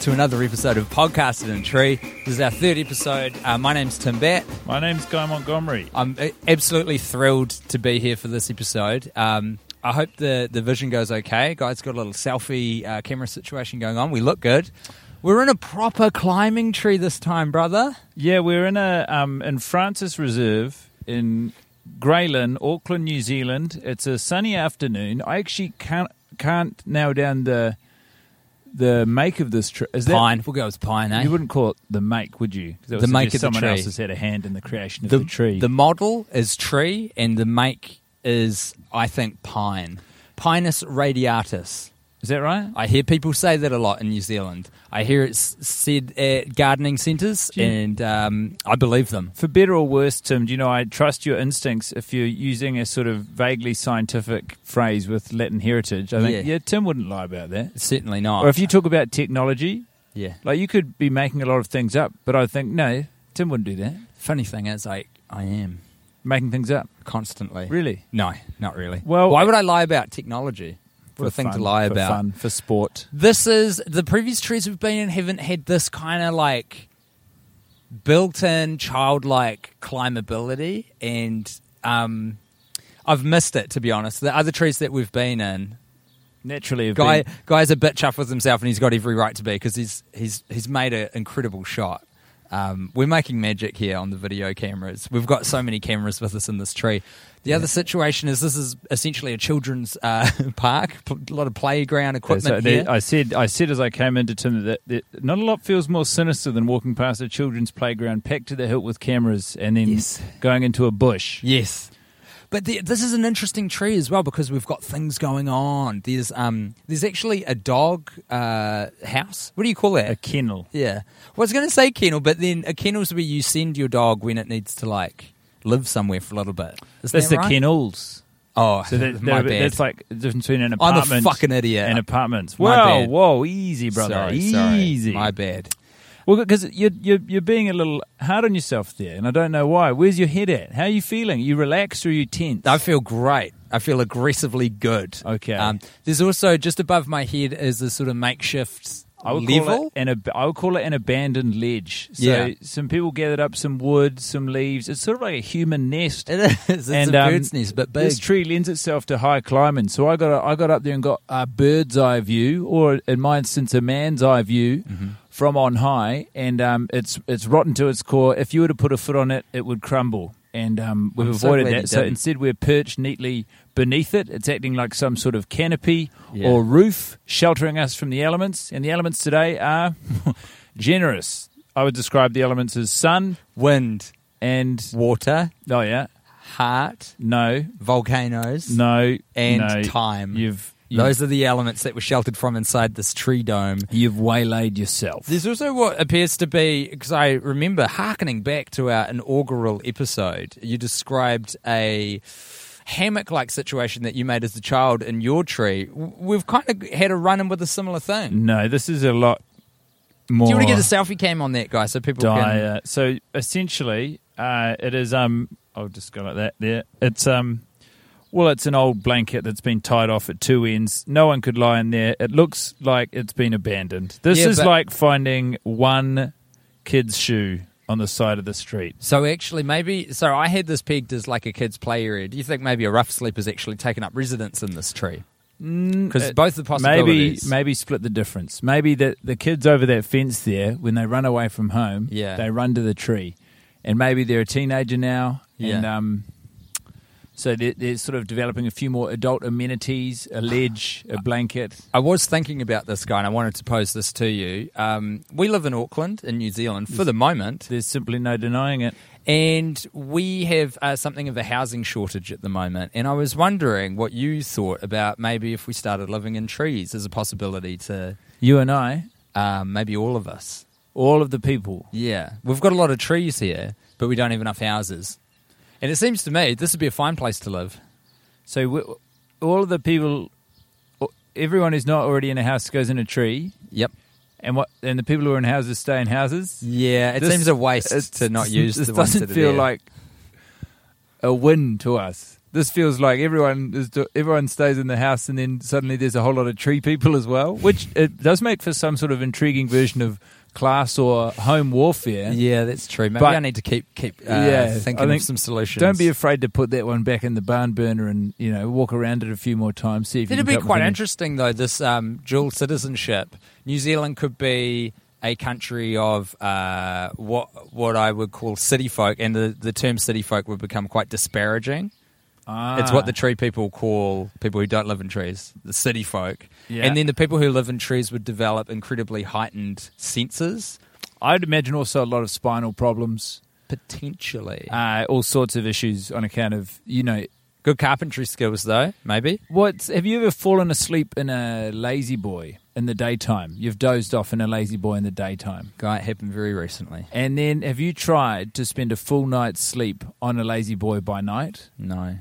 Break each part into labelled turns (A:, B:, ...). A: to another episode of Podcasted in a Tree. This is our third episode. Uh, my name's Tim Batt.
B: My name's Guy Montgomery.
A: I'm uh, absolutely thrilled to be here for this episode. Um, I hope the, the vision goes okay. Guy's got a little selfie uh, camera situation going on. We look good. We're in a proper climbing tree this time, brother.
B: Yeah, we're in a um, in Francis Reserve in Greylin, Auckland, New Zealand. It's a sunny afternoon. I actually can't can't nail down the the make of this tree. Is that
A: Pine. We'll go with pine, eh?
B: you wouldn't call it the make, would you? 'Cause That would
A: The make
B: suggest
A: of the
B: someone
A: tree.
B: else has had a hand in the creation of the, tree.
A: The model is tree, and the make is, I think, pine. Pinus radiatus.
B: is that right?
A: I hear people say that a lot in New Zealand. I hear it's said at gardening centres,
B: Do you-
A: and um, I believe them.
B: for better or worse, Tim, do you know, I trust your instincts if you're using a sort of vaguely scientific phrase with Latin heritage. I think,
A: Yeah.
B: yeah, Tim wouldn't lie about that.
A: Certainly not.
B: Or if you talk about technology,
A: yeah.
B: like you could be making a lot of things up, but I think, no, Tim wouldn't do that.
A: Funny thing is, I I am
B: Making things up.
A: constantly.
B: Really?
A: No, not really.
B: Well-
A: why would I lie about technology? What a thing to
B: fun,
A: lie
B: for
A: about.
B: fun, for sport.
A: This is the previous trees we've been in haven't had this kind of like built-in childlike climbability, and um, I've missed it to be honest. The other trees that we've been in,
B: Naturally, have
A: guy
B: been-
A: guy's a bit chuffed with himself, and he's got every right to be because he's he's he's made an incredible shot. Um, we're making magic here on the video cameras. We've got so many cameras with us in this tree. The other situation is this is essentially a children's uh, park, pl- a lot of playground
B: So
A: equipment
B: there-
A: here.
B: I said, I said as I came into Tim that, that not a lot feels more sinister than walking past a children's playground packed to the hilt with cameras and then
A: Yes.
B: going into a bush.
A: Yes. But the, this is an interesting tree as well because we've got things going on. There's um, there's actually a dog uh, house. What do you call that?
B: A kennel.
A: yeah. Well, I was going to say kennel, but then a kennel's where you send your dog when it needs to like live somewhere for a little bit. Isn't
B: That's
A: that
B: the
A: right?
B: kennels.
A: Oh,
B: So that,
A: my
B: that-
A: bad.
B: that's like the difference between an
A: I'm a
B: apartment.
A: fucking idiot.
B: And apartments.
A: My
B: Whoa,
A: bad.
B: whoa, easy, brother,
A: Sorry, sorry.
B: easy.
A: My bad.
B: Well, because you're, you're you're being a little hard on yourself there, and I don't know why. Where's your head at? How are you feeling? you relaxed or you tense?
A: I feel great. I feel aggressively good. Um,
B: Okay.
A: there's also just above my head is a sort of makeshift
B: I would call
A: level.
B: it an ab- I would call it an abandoned ledge. So
A: Yeah.
B: some people gathered up some wood, some leaves. It's sort of like a human nest.
A: It is. It's
B: and,
A: a
B: um,
A: bird's nest, but big.
B: This tree lends itself to high climbing, so I got I got up there and got a bird's eye view, or in my instance, a man's eye view
A: Mm-hmm.
B: from on high, and um, it's it's rotten to its core. If you were to put a foot on it, it would crumble, and um, we've
A: I'm so
B: avoided
A: glad you
B: that. So
A: didn't.
B: instead, we're perched neatly beneath it. It's acting like some sort of canopy
A: Yeah.
B: or roof, sheltering us from the elements. And the elements today are generous. I would describe the elements as sun
A: wind,
B: and
A: water,
B: oh yeah,
A: heart,
B: no,
A: volcanoes,
B: no,
A: and
B: no.
A: time.
B: You've, you've
A: Those are the elements that were sheltered from inside this tree dome.
B: you've waylaid yourself.
A: There's also what appears to be, because I remember hearkening back to our inaugural episode, you described a hammock like situation that you made as a child in your tree, w- we've kind of had a run in with a similar thing.
B: No, this is a lot more.
A: Do you want to get a selfie cam on that guy so people can?
B: dire. So essentially, uh, it is. Um, I'll just go like that. There, it's um, well, it's an old blanket that's been tied off at two ends. No one could lie in there. It looks like it's been abandoned. This
A: Yeah,
B: is
A: but-
B: like finding one kid's shoe on the side of the street.
A: So actually, maybe so I had this pegged as like a kid's play area. Do you think maybe a rough sleeper's actually taken up residence in this tree? Because
B: it-
A: both the
B: uh, Maybe,
A: possibilities.
B: maybe split the difference. Maybe the the kids over that fence there, when they run away from home,
A: Yeah.
B: they run to the tree, and maybe they're a teenager now, and
A: Yeah.
B: um, so they're, they're sort of developing a few more adult amenities, a ledge, a blanket.
A: I was thinking about this guy, and I wanted to pose this to you. Um, we live in Auckland, in New Zealand, for the moment,
B: There's simply no denying it.
A: and we have uh, something of a housing shortage at the moment. And I was wondering what you thought about maybe if we started living in trees as a possibility to
B: You and I,
A: um, maybe all of us.
B: all of the people.
A: Yeah, we've got a lot of trees here, but we don't have enough houses. And it seems to me this would be a fine place to live.
B: So we, all of the people, everyone who's not already in a house goes in a tree,
A: Yep.
B: and what and the people who are in houses stay in houses.
A: Yeah, it
B: This-
A: seems a waste
B: it's-
A: to not use
B: This
A: the ones
B: doesn't
A: that are
B: feel
A: there.
B: like a win to us. This feels like everyone is do- everyone stays in the house, and then suddenly there's a whole lot of tree people as well, which it does make for some sort of intriguing version of class or home warfare.
A: Yeah, that's true. Maybe
B: But-
A: I need to keep keep uh,
B: Yeah,
A: thinking
B: I
A: of
B: think-
A: some solutions.
B: Don't be afraid to put that one back in the barn burner, and you know walk around it a few more times. See if you
A: It'd
B: can
A: be
B: come up with
A: quite
B: any-
A: interesting though. This um, dual citizenship. New Zealand could be a country of uh, what what I would call city folk, and the, the term city folk would become quite disparaging.
B: Ah,
A: It's what the tree people call people who don't live in trees, the city folk.
B: Yeah.
A: And then the people who live in trees would develop incredibly heightened senses,
B: I'd imagine also a lot of spinal problems,
A: potentially.
B: uh, all sorts of issues on account of you know
A: Good carpentry skills, though, maybe.
B: What's have you ever fallen asleep in a lazy boy in the daytime? You've dozed off in a lazy boy in the daytime.
A: Guy, it happened very recently.
B: And then have you tried to spend a full night's sleep on a lazy boy by night?
A: No.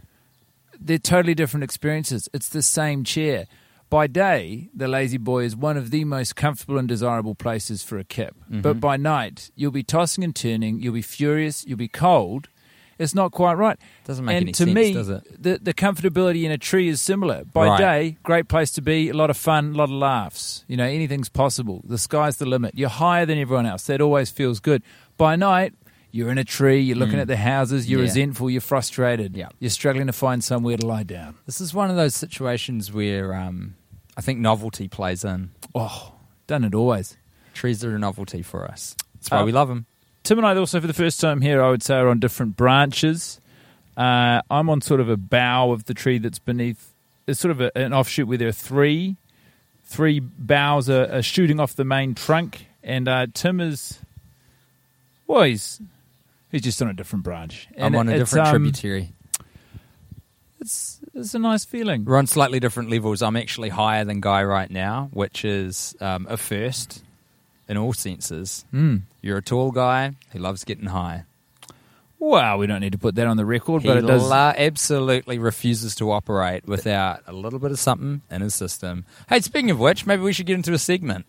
B: They're totally different experiences. It's the same chair. By day, the lazy boy is one of the most comfortable and desirable places for a kip.
A: Mm-hmm.
B: But by night, you'll be tossing and turning, you'll be furious, you'll be cold. It's not quite right.
A: Doesn't make
B: and
A: any
B: to
A: sense,
B: me,
A: does it?
B: The, the comfortability in a tree is similar. By
A: Right.
B: day, great place to be, a lot of fun, a lot of laughs. You know, anything's possible. The sky's the limit. You're higher than everyone else. That always feels good. By night, you're in a tree, you're looking at the houses, you're
A: Mm. Yeah.
B: resentful, you're frustrated,
A: Yeah.
B: you're struggling to find somewhere to lie down.
A: This is one of those situations where um, I think novelty plays in.
B: Oh, done it always.
A: Trees are a novelty for us. That's why
B: Oh.
A: we love them.
B: Tim and I also, for the first time here, I would say are on different branches. Uh, I'm on sort of a bough of the tree that's beneath. It's sort of a, an offshoot where there are three, three boughs are, are shooting off the main trunk, and uh, Tim is, well, he's he's just on a different branch. And
A: I'm on a
B: it's,
A: different
B: um,
A: tributary.
B: It's it's a nice feeling.
A: We're on slightly different levels. I'm actually higher than Guy right now, which is um, a first in all senses.
B: Mm.
A: You're a tall guy who loves getting high.
B: Well, we don't need to put that on the record,
A: He
B: but it does.
A: la- absolutely refuses to operate without a little bit of something in his system. Hey, speaking of which, maybe we should get into a segment.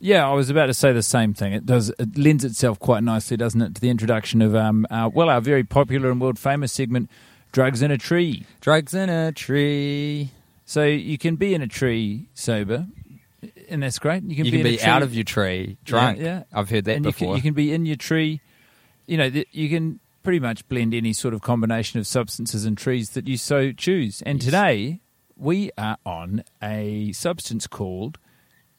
B: Yeah, I was about to say the same thing. It does. It lends itself quite nicely, doesn't it, to the introduction of um, our, well, our very popular and world famous segment, "Drugs in a Tree."
A: Drugs in a tree.
B: So you can be in a tree sober, and that's great. You can
A: You
B: be,
A: can
B: in a
A: be
B: tree,
A: out of your tree drunk.
B: Yeah, yeah.
A: I've heard that
B: and you
A: before.
B: can, you can be in your tree. You know, th- you can pretty much blend any sort of combination of substances and trees that you so choose. And today we are on a substance called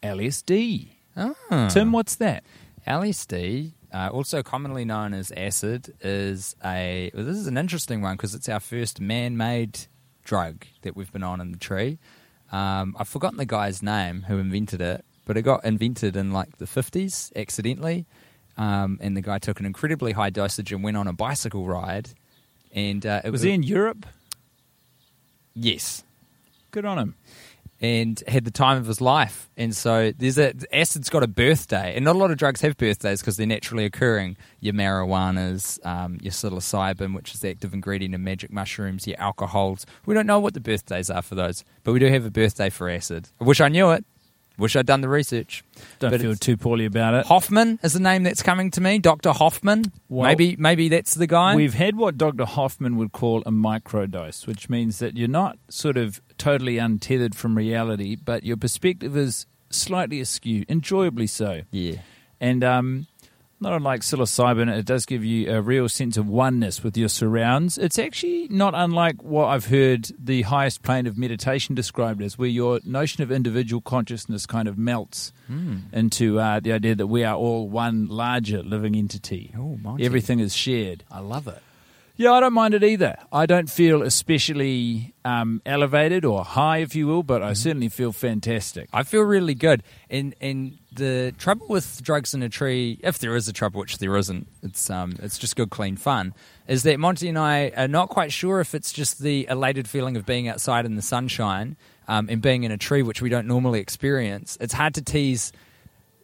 B: LSD.
A: Ah.
B: Tim, what's that?
A: LSD, uh, also commonly known as acid, is a. Well, this is an interesting one because it's our first man-made drug that we've been on in the tree. Um, I've forgotten the guy's name who invented it, but it got invented in like the fifties accidentally, um, and the guy took an incredibly high dosage and went on a bicycle ride, and uh, it
B: Was he in Europe?
A: Yes,
B: Good on him.
A: and had the time of his life. And so there's a acid's got a birthday, and not a lot of drugs have birthdays because they're naturally occurring. Your marijuanas, um, your psilocybin, which is the active ingredient in magic mushrooms, your alcohols. We don't know what the birthdays are for those, but we do have a birthday for acid. I wish I knew it. Wish I'd done the research.
B: Don't
A: But
B: feel
A: it's-
B: too poorly about it.
A: Hoffman is the name that's coming to me. Doctor Hoffman.
B: Well,
A: maybe maybe that's the guy.
B: We've had what Dr. Hoffman would call a microdose, which means that you're not sort of totally untethered from reality, but your perspective is slightly askew, enjoyably so.
A: yeah.
B: And um, not unlike psilocybin, it does give you a real sense of oneness with your surrounds. It's actually not unlike what I've heard the highest plane of meditation described as, where your notion of individual consciousness kind of melts
A: Hmm.
B: into uh, the idea that we are all one larger living entity.
A: Oh, mighty.
B: Everything is shared.
A: I love it.
B: Yeah, I don't mind it either. I don't feel especially um, elevated or high, if you will, but I certainly feel fantastic.
A: I feel really good. And and the trouble with drugs in a tree, if there is a trouble, which there isn't, it's um it's just good clean fun, is that Monty and I are not quite sure if it's just the elated feeling of being outside in the sunshine um, and being in a tree, which we don't normally experience. It's hard to tease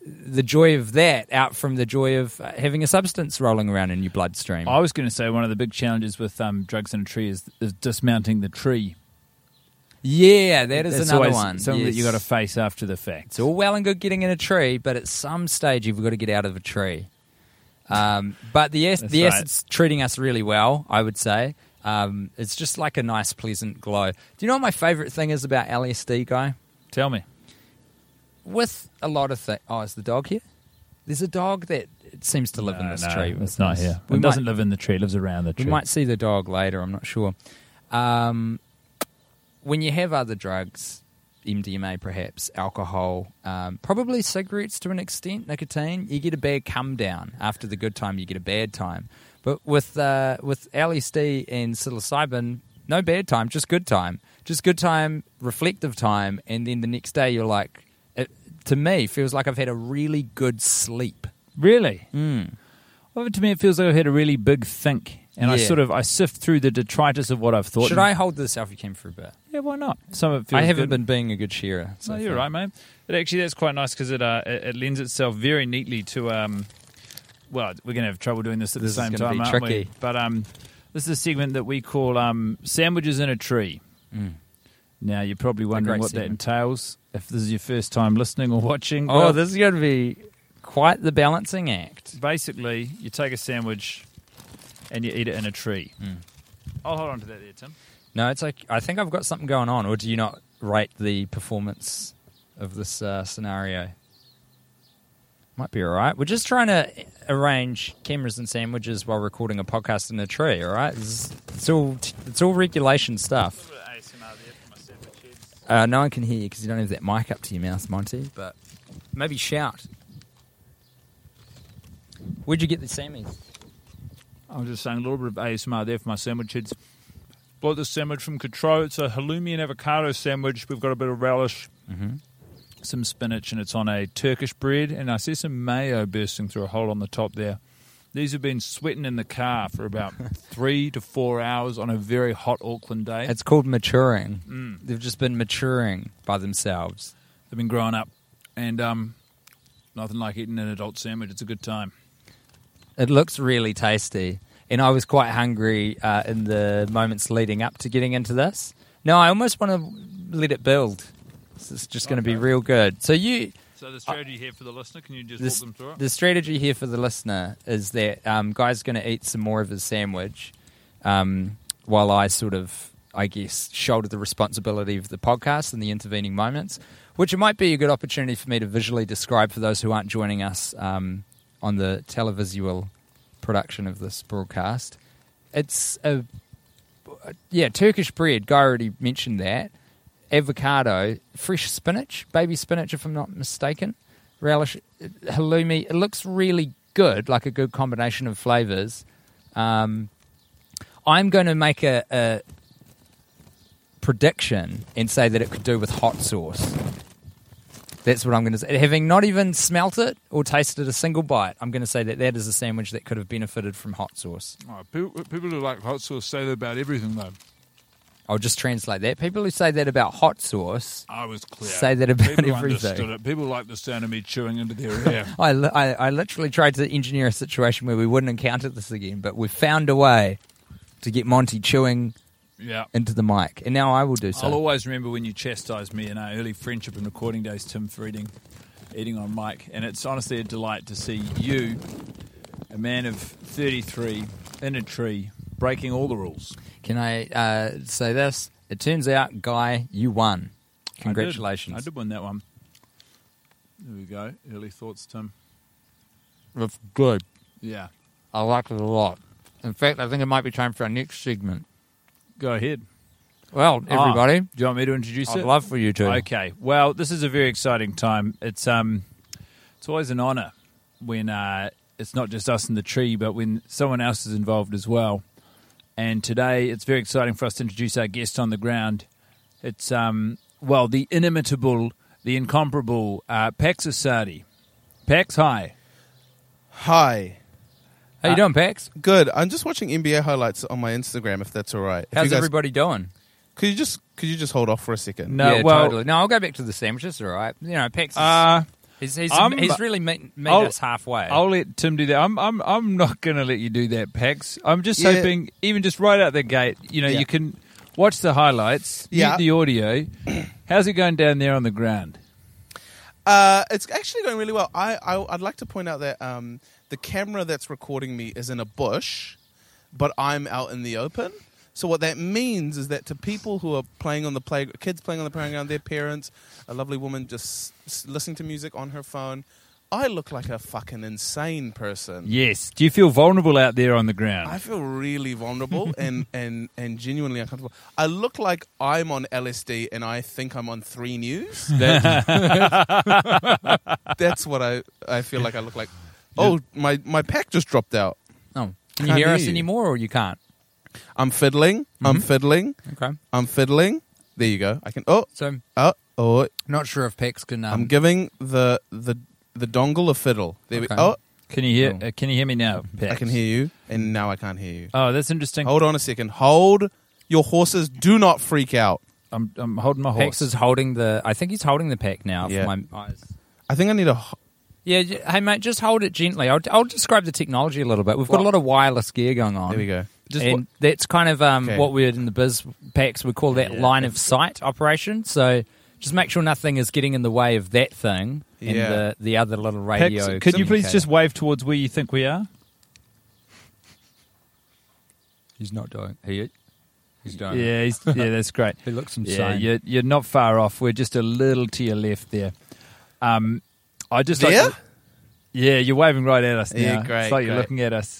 A: the joy of that out from the joy of uh, having a substance rolling around in your bloodstream.
B: I was going to say one of the big challenges with um, drugs in a tree is, is dismounting the tree.
A: yeah, that is
B: That's
A: another
B: always
A: one.
B: Something that you
A: Yes.
B: got to face after the fact.
A: It's all well and good getting in a tree, but at some stage you've got to get out of a tree. Um, but the ac-
B: That's
A: the
B: right.
A: acid's treating us really well, I would say. Um, it's just like a nice, pleasant glow. Do you know what my favorite thing is about LSD, guy?
B: Tell me.
A: With a lot of things. Oh, is the dog here? There's a dog that it seems to live in this tree. with
B: It's not
A: us.
B: here.
A: We
B: it doesn't
A: might-
B: live in the tree. It lives around the
A: we
B: tree.
A: might see the dog later. I'm not sure. Um, when you have other drugs, MDMA perhaps, alcohol, um, probably cigarettes to an extent, nicotine, you get a bad come down. After the good time, you get a bad time. But with uh, with LSD and psilocybin, no bad time, just good time, just good time, reflective time, and then the next day you're like, it, to me, feels like I've had a really good sleep.
B: Really?
A: Hmm.
B: Well, to me, it feels like I've had a really big think, and I
A: Yeah.
B: sort of I sift through the detritus of what I've thought.
A: Should
B: and-
A: I hold this selfie cam for a bit?
B: Yeah, why not? Some of it feels
A: I haven't
B: good.
A: been being a good shearer. so
B: no, you're
A: far.
B: right, mate. But actually, that's quite nice because it, uh, it it lends itself very neatly to. Um, well, we're going to have trouble doing this at
A: This is
B: the same
A: gonna
B: time,
A: be
B: aren't
A: tricky.
B: we? But um, this is a segment that we call um, "Sandwiches in a Tree." Now, you're probably
A: Mm. great
B: wondering what
A: segment.
B: that entails. If this is your first time listening or watching,
A: Oh,
B: well,
A: this is going to be quite the balancing act.
B: basically, you take a sandwich and you eat it in a tree.
A: Mm.
B: I'll hold on to that there, Tim.
A: No, it's like I think I've got something going on. Or do you not rate the performance of this uh, scenario? Might be all right. We're just trying to arrange cameras and sandwiches while recording a podcast in a tree. All right, it's, it's all it's all regulation stuff. Uh, no one can hear you because you don't have that mic up to your mouth, Monty. But maybe shout. Where'd you get the Sammys?
B: I'm just saying a little bit of ASMR there for my sandwich heads. Bought this sandwich from Cotrone. It's a halloumi and avocado sandwich. We've got a bit of relish,
A: Mm-hmm.
B: some spinach, and it's on a Turkish bread. And I see some mayo bursting through a hole on the top there. These have been sweating in the car for about three to four hours on a very hot Auckland day.
A: It's called maturing. They've just been maturing by themselves.
B: They've been growing up, and um, nothing like eating an adult sandwich. It's a good time.
A: It looks really tasty. And I was quite hungry uh, in the moments leading up to getting into this. No, I almost want to let it build. This is just going to be real good. So you,
B: So the strategy here for the listener, can you just
A: Uh, this,
B: walk them through it?
A: the strategy here for the listener is that um, guy's going to eat some more of his sandwich, um, while I sort of, I guess, shoulder the responsibility of the podcast in the intervening moments, which it might be a good opportunity for me to visually describe for those who aren't joining us um, on the televisual production of this broadcast. It's a yeah, Turkish bread. Guy already mentioned that. Avocado, fresh spinach, baby spinach, if I'm not mistaken. Relish, uh, halloumi. It looks really good, like a good combination of flavors. Um, I'm going to make a, a prediction and say that it could do with hot sauce. That's what I'm going to say. Having not even smelt it or tasted a single bite, I'm going to say that that is a sandwich that could have benefited from hot sauce.
C: Oh, people, people who like hot sauce say that about everything, though.
A: I'll just translate that. People who say that about hot sauce,
B: I was clear.
A: Say that about
B: People
A: everything.
B: understood it. People like the sound of me chewing into their ear.
A: I, li- I, I literally tried to engineer a situation where we wouldn't encounter this again, but we found a way to get Monty chewing
B: yeah.
A: into the mic, and now I will do so.
B: I'll always remember when you chastised me in our early friendship and recording days, Tim, for eating, eating on mic. And it's honestly a delight to see you, a man of 33, in a tree, breaking all the rules.
A: Can I uh, say this? It turns out, Guy, you won. Congratulations.
B: I did, I did win that one. There we go. Early thoughts, Tim.
A: That's good.
B: Yeah.
A: I like it a lot. In fact, I think it might be time for our next segment.
B: Go ahead.
A: Well, everybody,
B: Ah, do you want me to introduce
A: I'd
B: it?
A: love for you to.
B: Okay. Well, this is a very exciting time. It's um, it's always an honour when uh, it's not just us in the tree, but when someone else is involved as well. And today, it's very exciting for us to introduce our guest on the ground. It's um, well, the inimitable, the incomparable uh, Pax Asadi. Pax, hi.
D: Hi.
A: How you doing, Pax?
D: Good. I'm just watching NBA highlights on my Instagram if that's all right. If
A: How's
D: you guys-
A: everybody doing?
D: Could you just could you just hold off for a second?
B: No,
A: yeah,
B: well-
A: totally. No, I'll go back to the sandwiches. All right, you know, Pax. Is,
B: Uh,
A: he's he's,
B: I'm-
A: he's really meet, meet
B: I'll-
A: us halfway.
B: I'll let Tim do that. I'm I'm I'm not going to let you do that, Pax. I'm just
D: Yeah.
B: hoping, even just right out the gate, you know,
D: Yeah.
B: you can watch the highlights, mute
D: Yeah.
B: the audio. How's it going down there on the ground?
D: Uh, it's actually going really well. I, I I'd like to point out that um, the camera that's recording me is in a bush, but I'm out in the open. So what that means is that to people who are playing on the play, kids playing on the playground, their parents, a lovely woman just s- listening to music on her phone, I look like a fucking insane person.
B: Yes. Do you feel vulnerable out there on the ground?
D: I feel really vulnerable and, and, and genuinely uncomfortable. I look like I'm on LSD and I think I'm on three news. That- that's what I, I feel like I look like. Oh, my, my pack just dropped out.
A: oh, can you
D: Can't
A: hear
D: hear
A: us
D: you.
A: anymore, or you can't?
D: I'm fiddling. I'm fiddling.
A: Okay,
D: I'm fiddling. There you go. I can. Oh,
A: so
D: oh, oh.
A: not sure if Pax can. Um,
D: I'm giving the, the, the dongle a fiddle. There we
A: Okay.
D: Oh,
B: can you hear?
A: Cool.
B: Uh, can you hear me now, Pax?
D: I can hear you. And now I can't hear you.
B: Oh, that's interesting.
D: Hold on a second. Hold your horses. Do not freak out.
B: I'm I'm holding my
A: Pax
B: horse.
A: is holding the. I think he's holding the pack now.
D: Yeah.
A: For my eyes.
D: I think I need a. h-
A: Yeah, j- hey mate, just hold it gently. I'll, I'll describe the technology a little bit. We've got a lot of wireless gear going on.
D: There we go.
A: Just
D: And-
A: what, that's kind of um,
D: Okay.
A: what we're in the biz packs. We call that line of sight operation. So just make sure nothing is getting in the way of that thing and
D: Yeah.
A: the, the other little
B: Pax,
A: radio.
B: could you please
A: communicator.
B: just wave towards where you think we are?
A: He's not doing. He. He's doing.
B: Yeah, he's, yeah, that's great.
A: He looks
B: Yeah,
A: insane.
B: you're, you're not far off. We're just a little to your left there. Um, I just like
D: There?
B: to- yeah, you're waving right at us now.
D: Yeah, great,
B: It's like you're
D: great.
B: looking at us.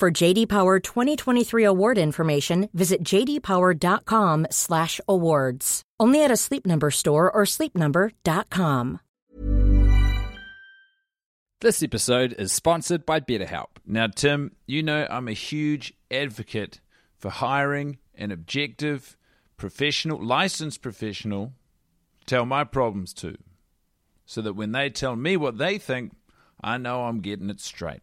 E: For JD Power 2023 award information, visit jdpower.com/awards. Only at a Sleep Number store or sleepnumber.com.
F: This episode is sponsored by BetterHelp.
B: Now, Tim, you know I'm a huge advocate for hiring an objective, professional, licensed professional to tell my problems to, so that when they tell me what they think, I know I'm getting it straight.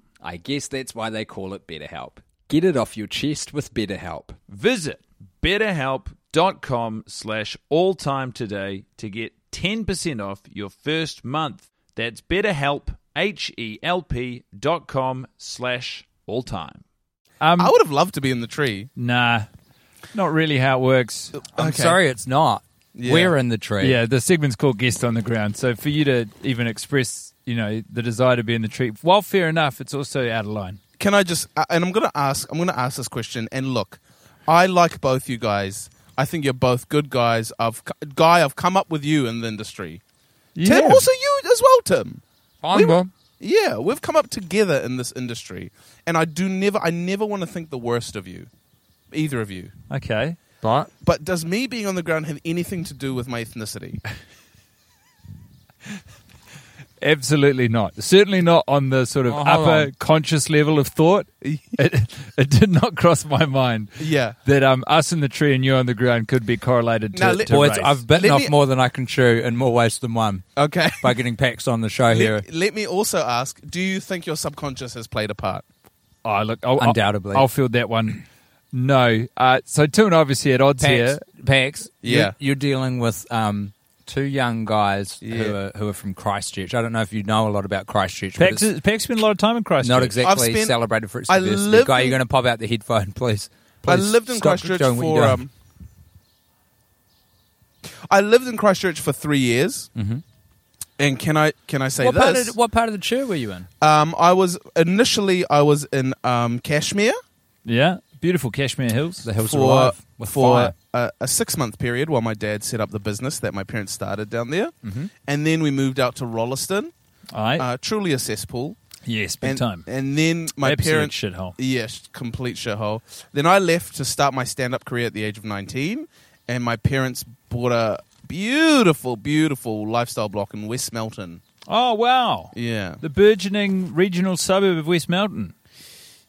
G: I guess that's why they call it BetterHelp. Get it off your chest with BetterHelp.
B: Visit betterhelp.com slash all time today to get 10% off your first month. That's betterhelp, H-E-L-P dot com slash all time.
C: Um,
D: I would have loved to be in the tree.
C: nah, not really how it works.
A: I'm sorry, it's not.
D: Yeah.
A: We're in the tree.
C: Yeah, the segment's called Guest on the Ground. So for you to even express, you know, the desire to be in the tree, while fair enough, it's also out of line.
D: Can I just? Uh, and I'm gonna ask. I'm gonna ask this question. And look, I like both you guys. I think you're both good guys. I've c- guy. I've come up with you in the industry. Tim,
C: Yeah.
D: also you as well, Tim.
A: I'm
D: We-
A: well.
D: Yeah, we've come up together in this industry, and I do never. I never want to think the worst of you, either of you.
C: Okay.
A: But
D: But does me being on the ground have anything to do with my ethnicity?
C: Absolutely not. Certainly not on the sort of
A: Oh, hold
C: upper
A: on.
C: conscious level of thought. It, it did not cross my mind
D: Yeah.
C: that um, us in the tree and you on the ground could be correlated to,
D: Now, let-
C: to
A: boys,
C: race.
A: I've bitten
D: Let
A: off
D: me-
A: more than I can chew in more ways than one
D: Okay.
A: by getting packs on the show here.
D: Let, let me also ask: Do you think your subconscious has played a part?
C: Oh, look, I'll, I'll-
A: Undoubtedly.
C: I'll, field that one. No. Uh, so two and obviously at odds
A: Pax,
C: here.
A: Pax,
D: Yeah.
A: you're, you're dealing with um, two young guys
D: Yeah.
A: who are who are from Christchurch. I don't know if you know a lot about Christchurch. but
C: Pax,
A: it's
C: Pax spent a lot of time in Christchurch.
A: not
D: I've
A: exactly
D: spent-
A: celebrated for its
D: I
A: diversity.
D: lived
A: Guy,
D: in-
A: you're going to pop out the headphone, please.
D: I
A: Please
D: lived in
A: stop
D: Christchurch
A: doing what you're
D: for
A: doing.
D: um, I lived in Christchurch for three years, mm-hmm. and can I can I say
A: what
D: this?
A: part, of, what part of the chair were you in?
D: Um, I was initially I was in um, Kashmir
C: Yeah. Beautiful Kashmir Hills.
A: The hills are
D: for
A: alive with
D: for
A: fire.
D: a, a six month period while my dad set up the business that my parents started down there,
A: Mm-hmm.
D: and then we moved out to Rolleston,
C: All right.
D: uh, truly a cesspool.
C: yes, big
D: And,
C: time.
D: and then my
C: Absolute
D: parents
C: shithole.
D: Yes, complete shithole. Then I left to start my stand up career at the age of 19, and my parents bought a beautiful, beautiful lifestyle block in West Melton.
C: Oh, wow.
D: Yeah.
C: The burgeoning regional suburb of West Melton.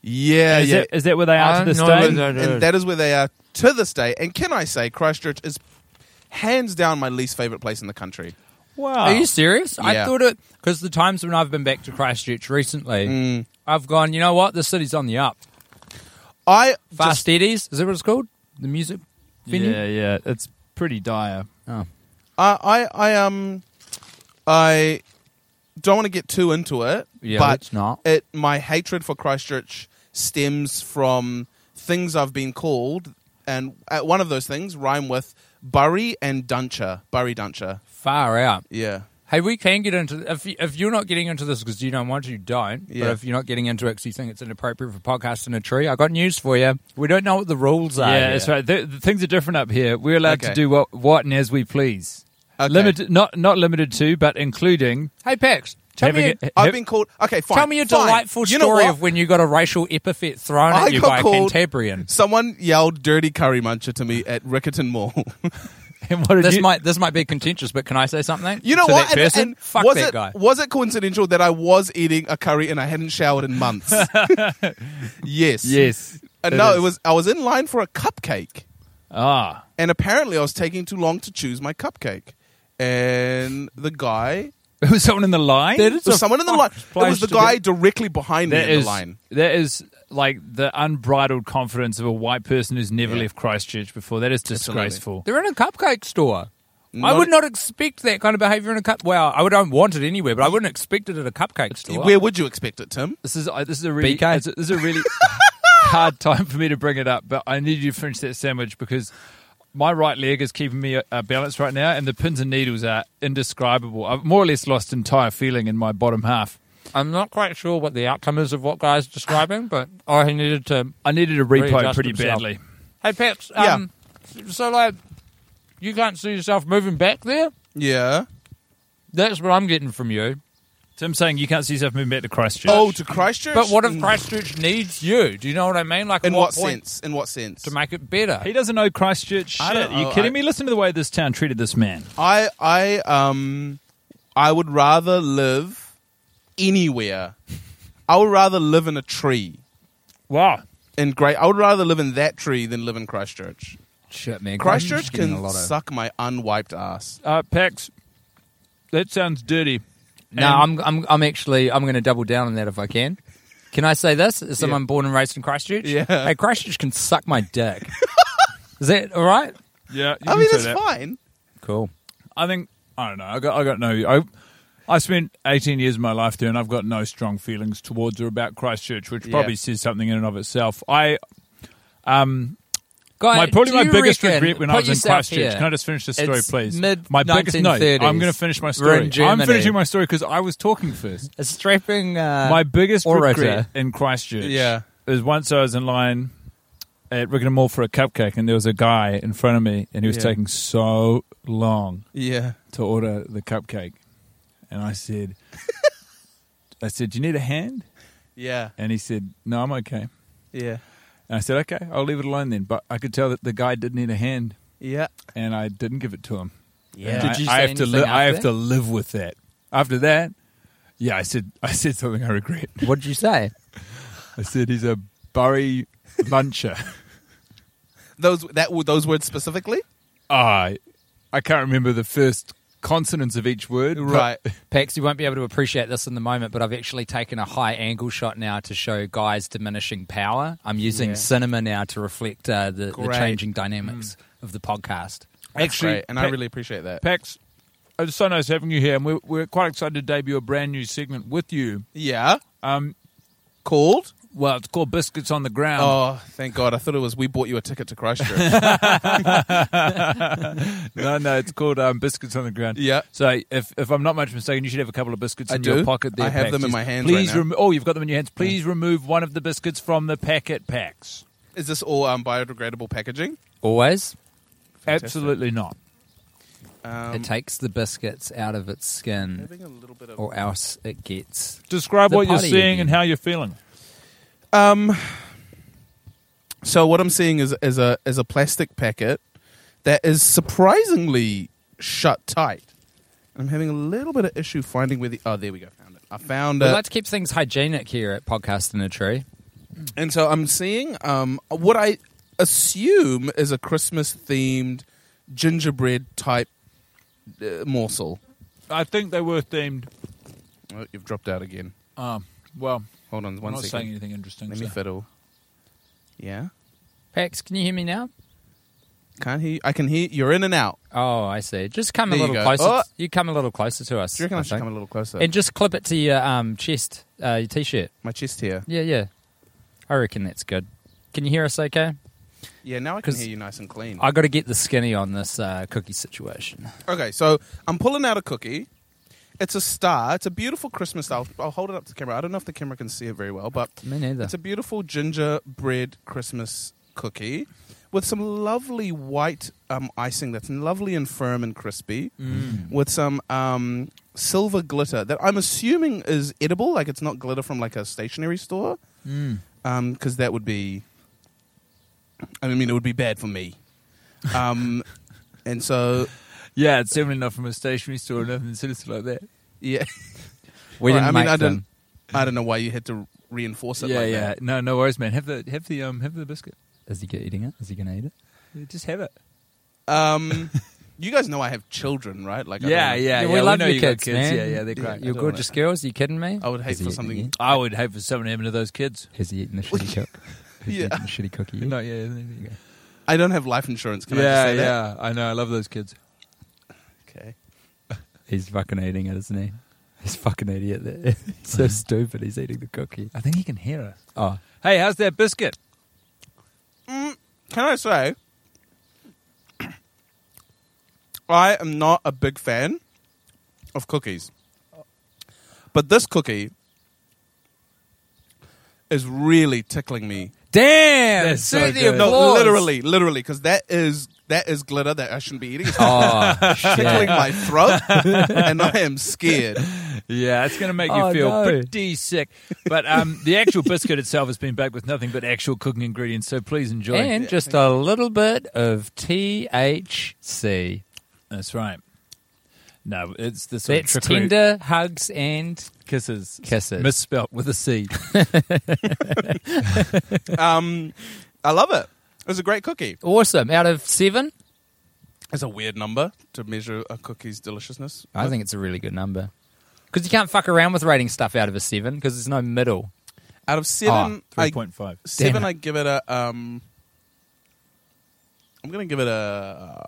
D: Yeah,
C: Is,
D: yeah.
C: that, is that where they are to this
A: no,
C: day?
A: no, no, no.
D: and that is where they are to this day. And can I say, Christchurch is hands down my least favorite place in the country.
C: Wow.
A: Are you serious? I
D: Ah, Yeah.
A: thought it because the times when I've been back to Christchurch recently,
D: Mm.
A: I've gone. You know what? The city's on the up.
D: I
A: Fast
D: just,
A: Eddie's is that what it's called? The music venue.
C: Yeah, yeah. It's pretty dire.
D: I, I, I, um, I don't want to get too into it.
A: Yeah,
D: but
A: let's not.
D: It my hatred for Christchurch stems from things I've been called, and uh, one of those things rhyme with Bury and Duncher. Bury Duncher.
A: Far out.
D: Yeah.
A: Hey, we can get into if you, if you're not getting into this because you don't want to, you don't.
D: Yeah.
A: But if you're not getting into it because you think it's inappropriate for podcasts in a tree, I got news for you. We don't know what the rules are.
C: yeah,
A: here.
C: that's right. The, the things are different up here. We're allowed to
D: Okay.
C: do what, what and as we please.
D: Okay.
C: Limited, not not limited to, but including.
A: Hey, Pax, tell
C: Having
A: me.
C: it-
D: I've
C: Yep.
D: been called. Okay, fine.
A: Tell me your
D: fine.
A: delightful
D: You know
A: story
D: what?
A: of when you got a racial epithet thrown at you by a Cantabrian.
D: Someone yelled "dirty curry muncher" to me at Rickerton Mall.
C: And what did
A: This
C: you-
A: might this might be contentious, but can I say something?
D: you know
A: to
D: what?
A: That person,
D: and, and
A: fuck
D: was
A: that
D: it
A: guy.
D: was it coincidental that I was eating a curry and I hadn't showered in months? yes.
C: Yes.
D: Uh,
C: it
D: no,
C: is.
D: it was. I was in line for a cupcake,
C: Ah,
D: and apparently I was taking too long to choose my cupcake, and the guy.
C: it was someone in the line.
A: That is
D: There was someone in the line. It
C: place
D: was the
C: to
D: guy
C: be.
D: directly behind
C: That
D: me in
C: is-
D: the line.
C: that is like the unbridled confidence of a white person who's never left Christchurch before. That is
D: Absolutely.
C: disgraceful.
A: They're in a cupcake store. I
D: Not-
A: would not expect that kind of behavior in a cup. Well, I would don't want it anywhere, but I wouldn't expect it at a cupcake store.
D: Where would you expect it, Tim?
C: This is I this is a really
A: BK.
C: it's a- this is a really hard time for me to bring it up, but I need you to finish that sandwich because my right leg is keeping me uh, balanced right now, and the pins and needles are indescribable. I've more or less lost entire feeling in my bottom half.
A: I'm not quite sure what the outcome is of what guy's
D: Ah.
A: describing, but I needed to.
C: I needed a repo
A: Readjust
C: pretty
A: himself.
C: badly.
A: Hey, Pax. Um, So, like, you can't see yourself moving back there?
D: Yeah.
A: That's what I'm getting from you.
C: Tim saying you can't see yourself moving back to Christchurch.
D: Oh, to Christchurch.
A: But what if
D: Mm.
A: Christchurch needs you? Do you know what I mean? Like, at
D: In what
A: point
D: sense? In what sense?
A: to make it better?
C: he doesn't know Christchurch.
D: I
C: Shit.
D: don't
C: Are you
D: know,
C: kidding
D: I-
C: me? Listen to the way this town treated this man.
D: I I um I would rather live anywhere. I would rather live in a tree.
C: Wow.
D: in great. I would rather live in that tree than live in Christchurch.
A: Shit, man.
D: Christchurch
A: getting
D: can
A: a lot of-
D: suck my unwiped ass.
C: Uh, Pax, that sounds dirty.
A: No, I'm, I'm, I'm actually, I'm going to double down on that if I can. Can I say this? As someone born and raised in Christchurch?
D: Yeah.
A: Hey, Christchurch can suck my dick. Is that all right?
C: Yeah,
D: I
C: you can
D: mean,
C: say
D: it's
C: that.
D: fine.
A: Cool.
C: I think I don't know. I got I got no. I, I spent 18 years of my life there, and I've got no strong feelings towards or about Christchurch, which
D: Yeah.
C: probably says something in and of itself. I
A: Guy,
C: my probably
A: do
C: my
A: you
C: biggest
A: reckon-
C: regret when I
A: put
C: was in
A: yourself
C: Christchurch.
A: here.
C: Can I just finish the story,
A: It's
C: please?
A: mid-
C: my biggest no. I'm
A: 1930s.
C: going to finish my
A: We're in
C: story. I'm
A: Germany.
C: finishing my story because I was talking first.
A: A strapping. Uh,
C: my biggest
A: orator.
C: regret in Christchurch
D: Yeah.
C: is once I was in line at Wickenham Mall for a cupcake, and there was a guy in front of me, and he was
D: Yeah.
C: taking so long
D: Yeah.
C: to order the cupcake, and I said, "I said, do you need a hand?"
D: Yeah.
C: And he said, "No, I'm okay."
D: Yeah.
C: And I said, "Okay, I'll leave it alone then." But I could tell that the guy did need a hand,
D: Yeah.
C: and I didn't give it to him.
A: Yeah.
C: And
A: Did you
C: I, I
A: say
C: have to.
A: anything
C: Li- I
A: after
C: have to live with that. After that, yeah, I said, I said something I regret.
A: What did you say?
C: I said he's a Bury luncher.
D: Those that those words specifically.
C: I Ah, I can't remember the first consonants of each word. but-
D: Right.
A: Pax, you won't be able to appreciate this in the moment, but I've actually taken a high angle shot now to show guys diminishing power. I'm using cinema now to reflect uh, the, the
D: Great. Mm.
A: changing dynamics of the podcast.
C: Actually,
D: Great, and I
C: Pa-
D: really appreciate that.
C: Pax, it's so nice having you here, and we're, we're quite excited to debut a brand new segment with you.
D: yeah.
C: Um,
D: Called.
C: well, it's called Biscuits on the Ground.
D: Oh, thank God! I thought it was we bought you a ticket to Christchurch.
C: No, no, it's called um, Biscuits on the Ground.
D: Yeah.
C: So if, if I'm not much mistaken, you should have a couple of biscuits
D: I
C: in
D: do.
C: your pocket there.
D: I have
C: Pax.
D: them in my hands
C: Please
D: right now.
C: remo- oh, you've got them in your hands. Please remove one of the biscuits from the packet, Pax.
D: Is this all um, biodegradable packaging?
A: Always,
C: Absolutely not.
D: Um,
A: it takes the biscuits out of its skin,
D: having a little bit of
A: or else it gets
C: Describe
A: The
C: what you're
A: potty
C: seeing and
A: again.
C: how you're feeling.
D: Um. So what I'm seeing is is a is a plastic packet that is surprisingly shut tight. I'm having a little bit of issue finding where the oh there we go found it. I found
A: We
D: it,
A: like to keep things hygienic here at Podcast in a Tree.
D: and so I'm seeing um what I assume is a Christmas themed gingerbread type uh, morsel.
C: I think they were themed.
D: Oh, you've dropped out again.
C: Um, well,
D: Hold on
C: I'm
D: one
C: not
D: second.
C: saying anything interesting.
D: Let
C: so.
D: me fiddle. Yeah,
A: Pax, can you hear me now?
D: can't hear. I can hear. You're in and out.
A: Oh, I see. Just come
D: There
A: a
D: you
A: little
D: go.
A: closer.
D: Oh.
A: You come a little closer to us.
D: Do you reckon I,
A: I
D: should
A: think.
D: come a little closer?
A: And just clip it to your um, chest, uh, your t-shirt.
D: My chest here.
A: Yeah, yeah. I reckon that's good. Can you hear us okay?
D: Yeah, now I can
A: 'Cause-
D: hear you nice and clean.
A: I got to get the skinny on this uh, cookie situation.
D: okay, so I'm pulling out a cookie. It's a star. It's a beautiful Christmas star. I'll, I'll hold it up to the camera. I don't know if the camera can see it very well, but
A: Me neither.
D: it's a beautiful gingerbread Christmas cookie with some lovely white um, icing that's lovely and firm and crispy,
A: Mm.
D: with some um, silver glitter that I'm assuming is edible. Like it's not glitter from like a stationery store,
A: Mm.
D: because that would be. I mean, it would be bad for me. Um, and so,
C: Yeah, it's certainly not from a stationery store or nothing sinister like that.
D: yeah.
A: we
D: All right,
A: didn't
D: I mean,
A: make
D: I
A: them.
D: don't. I don't know why you had to reinforce it.
C: yeah,
D: like
C: yeah.
D: That.
C: No, no worries, man. Have the have the um have the biscuit.
A: Is he eating it? Is he going to eat it?
C: Yeah, Just have it.
D: Um, you guys know I have children, right? Like, I
C: Yeah,
D: don't-
C: yeah, yeah.
A: we love
C: know
A: your
C: you got
A: kids, man.
C: Yeah, yeah, they're great.
A: You're
D: I don't
A: gorgeous girls. you kidding me?
D: I would hate
A: Has he
D: for
A: eaten
D: something-
A: it yet?
C: I would hope for something to happen to those kids.
A: Has he eaten the shitty cook? Has he
D: Yeah.
A: eaten the shitty cookie? yet?
C: No, yeah, yeah,
D: I don't have life insurance. Can I just
C: yeah.
D: say that?
C: yeah. I know. I love those kids.
D: Okay.
A: He's fucking eating it, isn't he? He's fucking idiot. That he's so stupid. He's eating the cookie.
C: I think he can hear us.
A: Oh,
C: Hey, how's that biscuit?
D: Can I say? I am not a big fan of cookies, but this cookie is really tickling me.
A: damn!
C: That's so
A: Suit the
C: good.
D: No,
A: applause.
D: literally, literally, because that is that is glitter that I shouldn't be eating. It's
A: Oh, shit.
D: tickling my throat, and I am scared.
C: Yeah, it's going to make you
A: Oh,
C: feel
A: no.
C: pretty sick. But um, the actual biscuit itself has been baked with nothing but actual cooking ingredients. So please enjoy.
A: And just a little bit of THC.
C: That's right. No, it's the sort
A: That's
C: of trickery.
A: Tinder, hugs, and
C: Kisses.
A: E. Kisses.
C: Misspelt with a C.
D: Um, I love it. It was a great cookie.
A: awesome. Out of seven,
D: It's a weird number to measure a cookie's deliciousness.
A: I think it's a really good number. Because you can't fuck around with rating stuff out of a seven because there's no middle.
D: Out of seven, I-
C: 3.5.
D: seven,
A: it.
D: I give it a. Um, I'm gonna give it a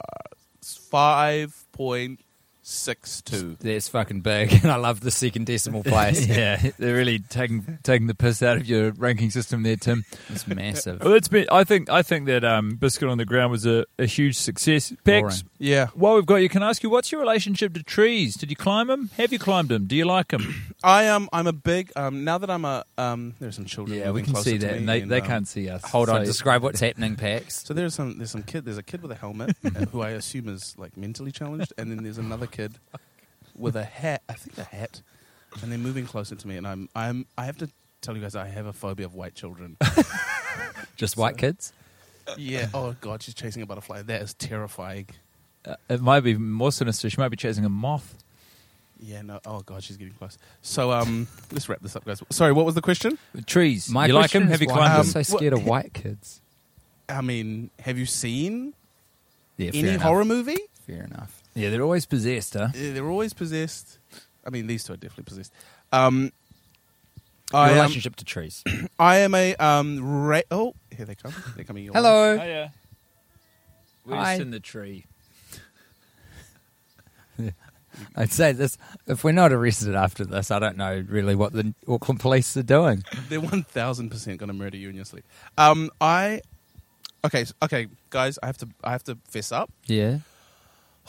D: five point six two.
A: That's fucking big, and I love the second decimal place.
C: yeah, they're really taking taking the piss out of your ranking system there, Tim.
A: It's massive.
C: Well, it's been. I think. I think that um, biscuit on the ground was a, a huge success. Pex,
A: Boring.
D: Yeah,
C: while we've got you, can I ask you what's your relationship to trees? Did you climb them? Have you climbed them? Do you like them?
D: I am. I'm a big. Um, now that I'm a. Um, there's some children.
C: yeah, we
D: moving
C: can
D: closer
C: see
D: to
C: that,
D: me
C: and they, they
D: um,
C: can't see us.
A: Hold on,
C: So-
A: describe what's happening, Pax.
D: So there's some there's some kid there's a kid with a helmet uh, who I assume is like mentally challenged, and then there's another kid with a hat. I think a hat, and they're moving closer to me, and I'm I'm I have to tell you guys I have a phobia of white children.
A: Just white kids?
D: yeah. Oh god, she's chasing a butterfly. That is terrifying.
C: Uh, it might be more sinister. She might be chasing a moth.
D: Yeah. No. Oh god, she's getting close. So um, let's wrap this up, guys. Sorry, what was the question?
C: Trees. you like them?
A: question
C: Have
A: is
C: you
A: why
C: climbed
D: Um,
A: I'm
C: them?
A: so scared of white kids.
D: I mean, have you seen
A: Yeah, fair
D: any
A: enough.
D: horror movie?
A: Fair enough.
C: Yeah, they're always possessed, huh?
D: Uh, They're always possessed. I mean, these two are definitely possessed. Um,
A: Your
D: I um, am,
A: relationship to trees.
D: I am a um. Ra- oh, here they come. They're coming. Your Way.
A: Hello.
C: Oh, yeah.
A: We're just Hi. in
C: the tree.
A: I'd say this if we're not arrested after this, I don't know really what the Auckland police are doing.
D: They're one thousand percent going to murder you in your sleep. Um, I. Okay, s- okay, guys. I have to. I have to fess up.
A: Yeah.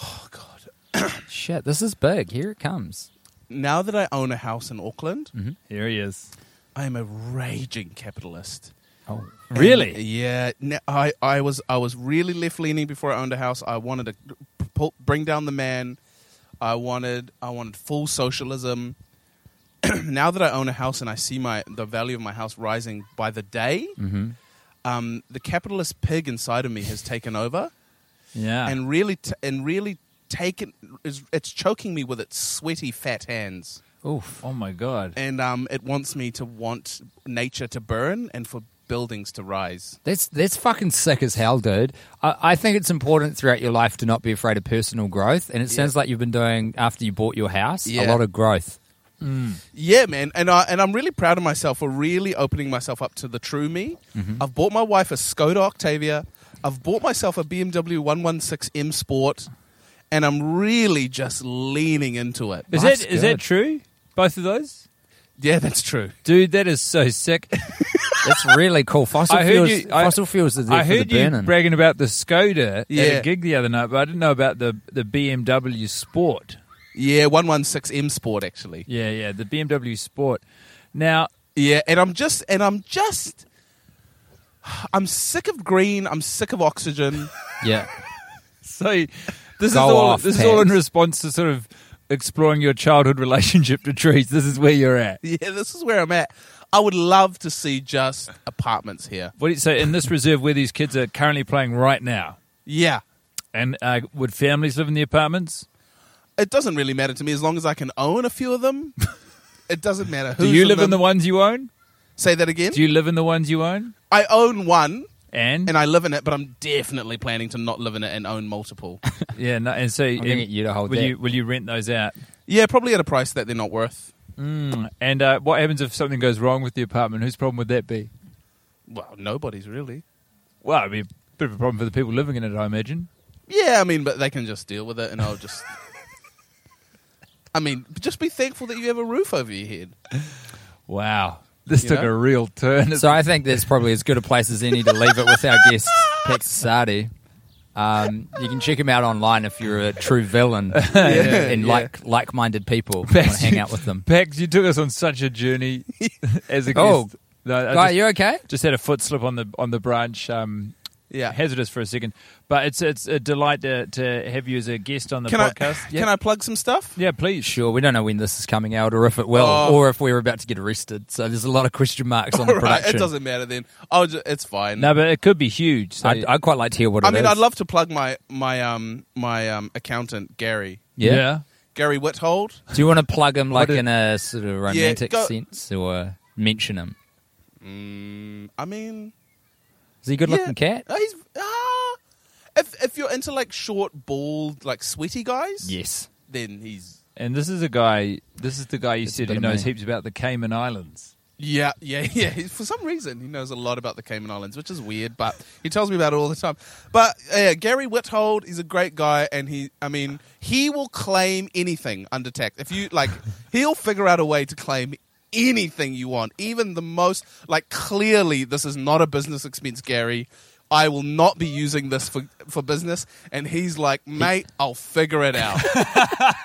D: Oh God.
A: Shit, this is big. Here it comes.
D: Now that I own a house in Auckland,
C: Here he is.
D: I am a raging capitalist.
A: Oh.
C: Really?
D: Yeah, ne- I, I was I was really left leaning before I owned a house. I wanted to p- pull, bring down the man. I wanted I wanted full socialism. now that I own a house and I see my the value of my house rising by the day, um, the capitalist pig inside of me has taken over
C: Yeah.
D: and really t- and really taken is it's choking me with its sweaty fat hands
C: Oof. Oh my god.
D: and um, it wants me to want nature to burn and for buildings to rise.
A: That's that's fucking sick as hell, dude. I, I think it's important throughout your life to not be afraid of personal growth. And it sounds like you've been doing after you bought your house a
D: Yeah.
A: lot of growth.
D: Yeah, man, and I and I'm really proud of myself for really opening myself up to the true me. I've bought my wife a Skoda Octavia. I've bought myself a BMW 116M Sport, and I'm really just leaning into it.
C: Is
A: Life's
C: that is that
A: good.
C: true? Both of those?
D: Yeah, that's true.
C: Dude, that is so sick.
A: That's really cool. Fossil
C: I heard
A: fuels.
C: you. I,
A: fossil fuels are there
C: I
A: for the
C: heard you
A: burning.
C: bragging about the Skoda at
D: Yeah.
C: a gig the other night, but I didn't know about the the BMW Sport.
D: Yeah, 116M Sport actually.
C: Yeah, yeah, the BMW Sport. Now,
D: Yeah, and I'm just and I'm just I'm sick of green, I'm sick of oxygen.
A: yeah.
C: so this is
A: Go
C: all
A: off,
C: this is all in
A: Pez.
C: response to sort of exploring your childhood relationship to trees. This is where you're at.
D: yeah, this is where I'm at. I would love to see just apartments here.
C: What do you, so in this reserve where these kids are currently playing right now,
D: Yeah.
C: and uh, would families live in the apartments?
D: it doesn't really matter to me as long as I can own a few of them. it doesn't matter. Who's
C: Do you live in the
D: them.
C: ones you own?
D: Say that again.
C: Do you live in the ones you own?
D: I own one
C: And,
D: and I live in it, but I'm definitely planning to not live in it and own multiple.
C: yeah, no, and so I'm
A: gonna get you to hold
C: will
A: that.
C: you will you rent those out?
D: yeah, probably at a price that they're not worth.
C: And uh, what happens if something goes wrong with the apartment? Whose problem would that be?
D: Well, nobody's really.
C: Well, it'd be a bit of a problem for the people living in it, I imagine.
D: Yeah, I mean, but they can just deal with it, and I'll just. I mean, just be thankful that you have a roof over your head.
C: Wow, this
D: You
C: took
D: know?
C: a real turn.
A: So I think that's probably as good a place as any to leave it with our guest, Pex Sardi. Um, you can check him out online if you're a true villain and, and like like-minded people want to
C: Pax,
A: hang out with them.
C: Pax, you took us on such a journey as a guest.
A: Oh.
C: No, I
A: Guy,
C: just,
A: you okay?
C: just had a foot slip on the on the branch. Um,
D: Yeah.
C: hazardous for a second, but it's it's a delight to, to have you as a guest on the
D: Can
C: podcast.
D: I
C: yeah.
D: can I plug some stuff?
C: yeah, please.
A: Sure, we don't know when this is coming out or if it will
D: Oh.
A: or if we were about to get arrested. So there's a lot of question marks on the
D: All right,
A: production.
D: it doesn't matter then. I'll ju- it's fine.
C: No, but it could be huge. So
A: I'd, I'd quite like to hear what
D: I
A: it
D: mean,
A: is.
D: I'd love to plug my my um my um accountant Gary.
A: Yeah.
C: yeah.
D: Gary Whithold.
A: Do you want to plug him like in a sort of romantic
D: go-
A: sense or mention him?
D: Mm, I mean,
A: Is he a good
D: yeah.
A: looking cat?
D: Uh, he's ah. If if you're into like short, bald, like sweaty guys,
A: Yes.
D: then he's
C: And this is a guy. This is the guy you
A: That's a
C: said
A: bit
C: who
A: of
C: knows
A: me.
C: heaps about the Cayman Islands.
D: Yeah, yeah, yeah. He- For some reason, he knows a lot about the Cayman Islands, which is weird, but he tells me about it all the time. But uh, yeah, Gary Whithold, he's a great guy, and he, I mean, he will claim anything under tax. If you like, he'll figure out a way to claim anything you want, even the most like clearly this is not a business expense, Gary. I will not be using this for for business, and he's like, mate, I'll figure it out.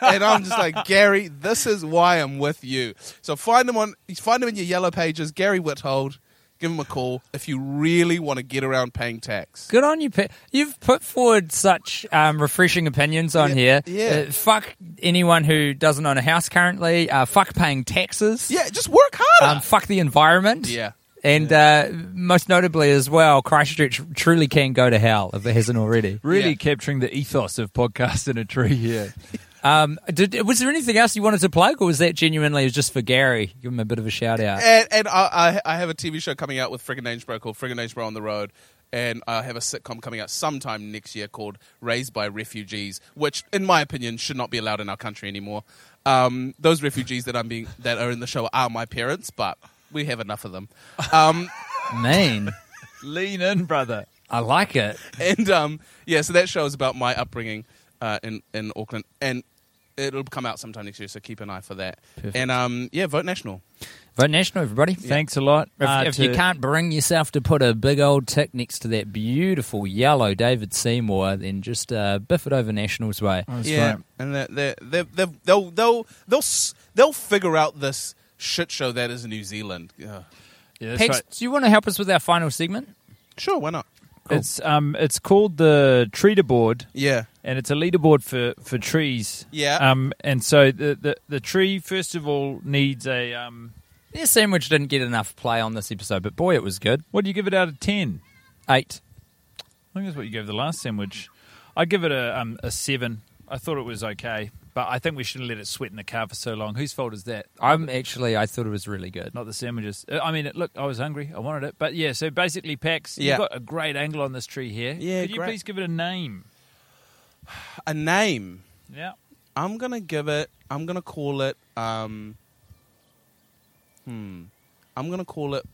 D: and I'm just like, Gary, this is why I'm with you. So find him on find him in your yellow pages, Gary Whithold. Give him a call if you really want to get around paying tax.
A: Good on you, Pete. You've put forward such um, refreshing opinions on
D: Yeah,
A: here.
D: yeah.
A: Uh, fuck anyone who doesn't own a house currently. Uh, fuck paying taxes.
D: Yeah, just work harder.
A: Um, fuck the environment.
D: Yeah.
A: And uh, most notably as well, Christchurch truly can go to hell if it hasn't already.
C: Really
D: Yeah.
C: capturing the ethos of podcast in a tree here.
A: Um, did, was there anything else you wanted to plug, or was that genuinely just for Gary? Give him a bit of a shout out.
D: and and I, I I have a TV show coming out with Friggin' Angelo called Friggin' Angelo on the Road. And I have a sitcom coming out sometime next year called Raised by Refugees, which, in my opinion, should not be allowed in our country anymore. Um, those refugees that I'm being that are in the show are my parents, but we have enough of them. Um,
A: mean,
C: Lean in, brother.
A: I like it.
D: and um, yeah, so that show is about my upbringing uh, in in Auckland, and it'll come out sometime next year. So keep an eye for that. And um, yeah, vote national.
A: Vote National, everybody.
C: Thanks a lot.
A: If,
C: uh,
A: if
C: to-
A: you can't bring yourself to put a big old tick next to that beautiful yellow David Seymour, then just uh, biff it over Nationals way.
C: Oh,
D: yeah, and they're, they're, they're, they're, they'll they'll they'll s- they'll figure out this shit show that is New Zealand. Yeah.
C: Yeah, that's
A: Pegs,
C: right.
A: do you want to help us with our final segment?
D: Sure, why not?
C: It's um, it's called the Treater Board.
D: Yeah,
C: and it's a leaderboard for for trees.
D: Yeah.
C: Um, and so the the, the tree first of all needs a um.
A: Their sandwich didn't get enough play on this episode, but boy, it was good.
C: What do you give it out of ten?
A: Eight.
C: I think that's what you gave the last sandwich. I give it a um a seven. I thought it was okay, but I think we shouldn't let it sweat in the car for so long. Whose fault is that?
A: I'm actually, I thought it was really good.
C: Not the sandwiches. Uh, I mean, it, look, I was hungry. I wanted it, but yeah. So basically, Pax,
D: Yeah.
C: you've got a great angle on this tree here.
D: Yeah,
C: Could you
D: great.
C: please give it a name?
D: a name.
C: Yeah.
D: I'm gonna give it. I'm gonna call it. Um, hmm. I'm gonna call it.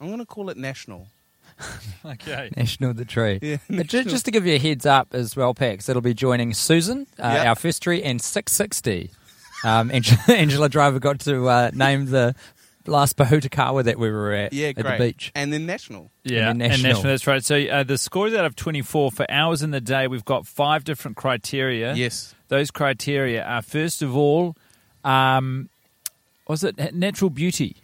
D: I'm gonna call it national.
C: Okay.
A: National the Tree.
D: Yeah,
A: Uh, ju- Just, to give you a heads up as well, Pax, it'll be joining Susan, uh,
D: Yeah.
A: our first tree, and 660. Um, Angela, Angela Driver got to uh, name the last Pahutakawa that we were at
D: Yeah,
A: at
D: great.
A: the beach.
D: And then national.
C: Yeah,
A: And
C: and
A: then
C: national.
A: national.
C: That's right. So uh, the scores out of 24 for hours in the day, we've got five different criteria.
D: Yes.
C: Those criteria are, first of all, um, was it natural beauty?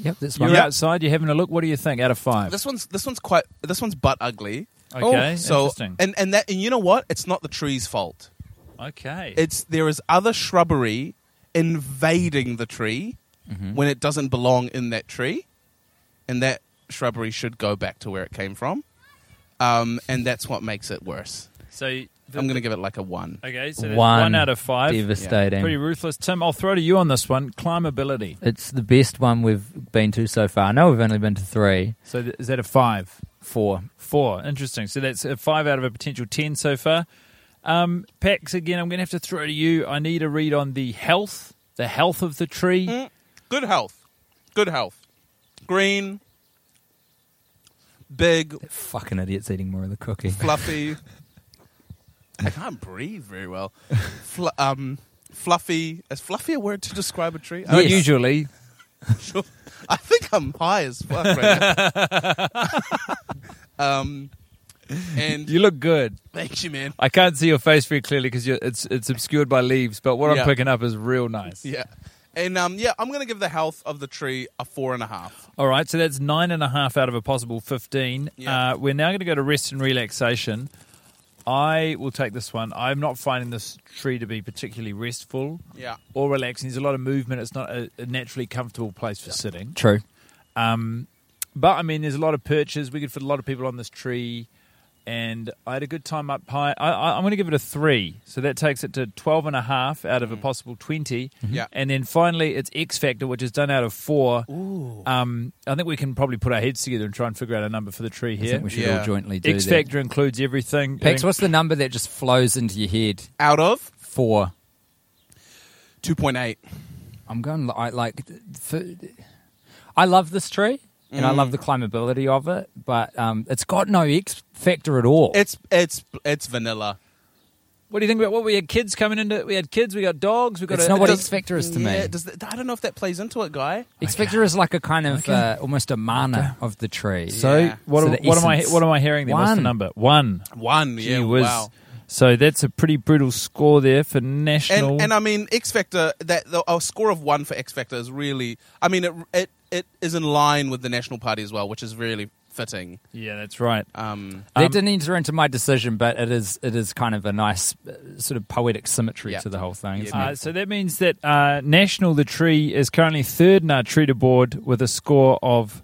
A: Yep, that's
C: You're
A: one.
C: outside, you're having a look. What do you think out of five?
D: This one's this one's quite this one's butt ugly. Oh,
C: Okay,
D: so
C: interesting.
D: and and that and you know what? It's not the tree's fault.
C: okay.
D: It's there is other shrubbery invading the tree
A: Mm-hmm.
D: when it doesn't belong in that tree, and that shrubbery should go back to where it came from. Um, and that's what makes it worse.
C: so the-
D: I'm going to give it like a one.
C: Okay, so
A: One,
C: that's one, out of five.
A: Devastating.
C: Pretty ruthless. Tim, I'll throw to you on this one. Climbability.
A: It's the best one we've been to so far. I know we've only been to three,
C: So th- is that a five?
A: four.
C: Four. Interesting. So that's a five out of a potential ten so far. Um, Pax, again, I'm going to have to throw to you. I need a read on the health, the health of the tree.
D: Good health, good health, green, big,
A: Fucking idiots eating more of the cookie.
D: fluffy. I can't breathe very well. Fl- um, fluffy. Is fluffy a word to describe a tree?
C: Not
A: Yes.
C: usually.
D: sure. I think I'm high as fuck right now. um, and
C: You look good.
D: thank you, man.
C: I can't see your face very clearly because it's it's obscured by leaves. But what
D: Yeah.
C: I'm picking up is real nice.
D: Yeah. And um, yeah, I'm gonna give the health of the tree a four and a half.
C: All right, so that's nine and a half out of a possible fifteen.
D: Yeah.
C: Uh, we're now going to go to rest and relaxation. I will take this one. I'm not finding this tree to be particularly restful
D: Yeah.
C: or relaxing. There's a lot of movement. It's not a, a naturally comfortable place for sitting.
A: True.
C: Um, But I mean, there's a lot of perches. We could fit a lot of people on this tree. and I had a good time up high. I, I, I'm going to give it a three. So that takes it to 12 and a half out of a possible 20.
D: Yeah.
C: And then finally, it's X Factor, which is done out of four. Ooh. Um, I think we can probably put our heads together and try and figure out a number for the tree
A: I
C: here.
A: think we should
D: Yeah.
A: all jointly do
C: X
A: that.
C: Factor includes everything.
A: Pax, what's the number that just flows into your head?
D: Out of
A: Four.
D: 2.8.
A: I'm going. I like. For, I love this tree and I love the
C: Mm.
A: climbability of it, but um, it's got no X factor at all.
D: It's it's it's vanilla.
C: What do you think about what we had kids coming into? We had kids, we got dogs, we got
A: It's
C: a,
A: not what
C: does-
A: X Factor is to
D: Yeah,
A: me.
D: does that, I don't know if that plays into it, guy.
A: X Factor is like a kind of uh, almost a mana of the tree.
C: So
D: Yeah.
C: what,
A: So
C: am-
A: the
C: what am I
A: essence.
C: what am I hearing there? What's the
A: One.
C: number? One.
D: One, yeah,
C: Gee whiz.
D: wow.
C: So that's a pretty brutal score there for national.
D: And and I mean X Factor that the, a score of one for X Factor is really. I mean it it it is in line with the National Party as well, which is really fitting.
C: yeah, that's right.
D: Um,
A: that didn't enter into my decision, but it is it is kind of a nice uh, sort of poetic symmetry
D: Yeah.
A: to the whole thing. isn't
C: Uh,
A: it?
C: so that means that uh, National the Tree is currently third in our tree to board with a score of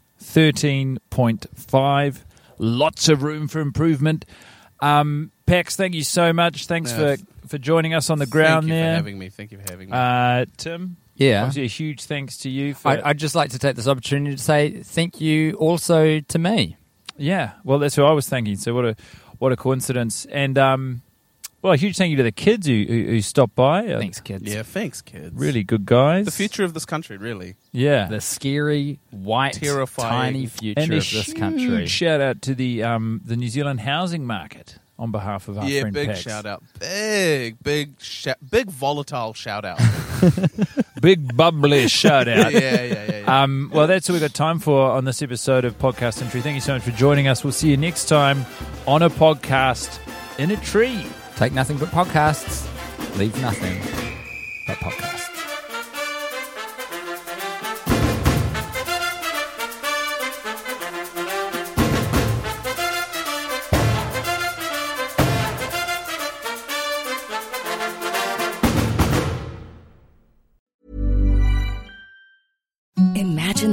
C: 13.5. Lots of room for improvement. Um, Pax, thank you so much. Thanks
D: Yeah.
C: for, for joining us on the ground
D: thank you for
C: there.
D: having me. Thank you for having me.
C: uh, Tim,
A: Yeah.
C: obviously a huge thanks to you. For,
A: Uh, I, I'd just like to take this opportunity to say thank you also to me.
C: yeah, well, that's what I was thinking. So what a what a coincidence. And um, well, a huge thank you to the kids who, who, who stopped by. Uh,
A: Thanks, kids.
D: yeah, thanks, kids.
C: Really good guys.
D: the future of this country, really.
C: Yeah.
A: The scary, white,
D: Terrifying.
A: tiny future
C: and
A: of
C: a
A: this
C: huge
A: country.
C: shout out to the um, the New Zealand housing market on behalf of our
D: yeah,
C: friend
D: big
C: Pax.
D: shout out, big big sh- big volatile shout out.
C: big bubbly shout
D: yeah,
C: out.
D: yeah, yeah. yeah.
C: Um, well, that's all we've got time for on this episode of Podcast Entry. Thank you so much for joining us. We'll see you next time on a podcast in a tree.
A: Take nothing but podcasts. Leave nothing but podcasts.
E: Imagine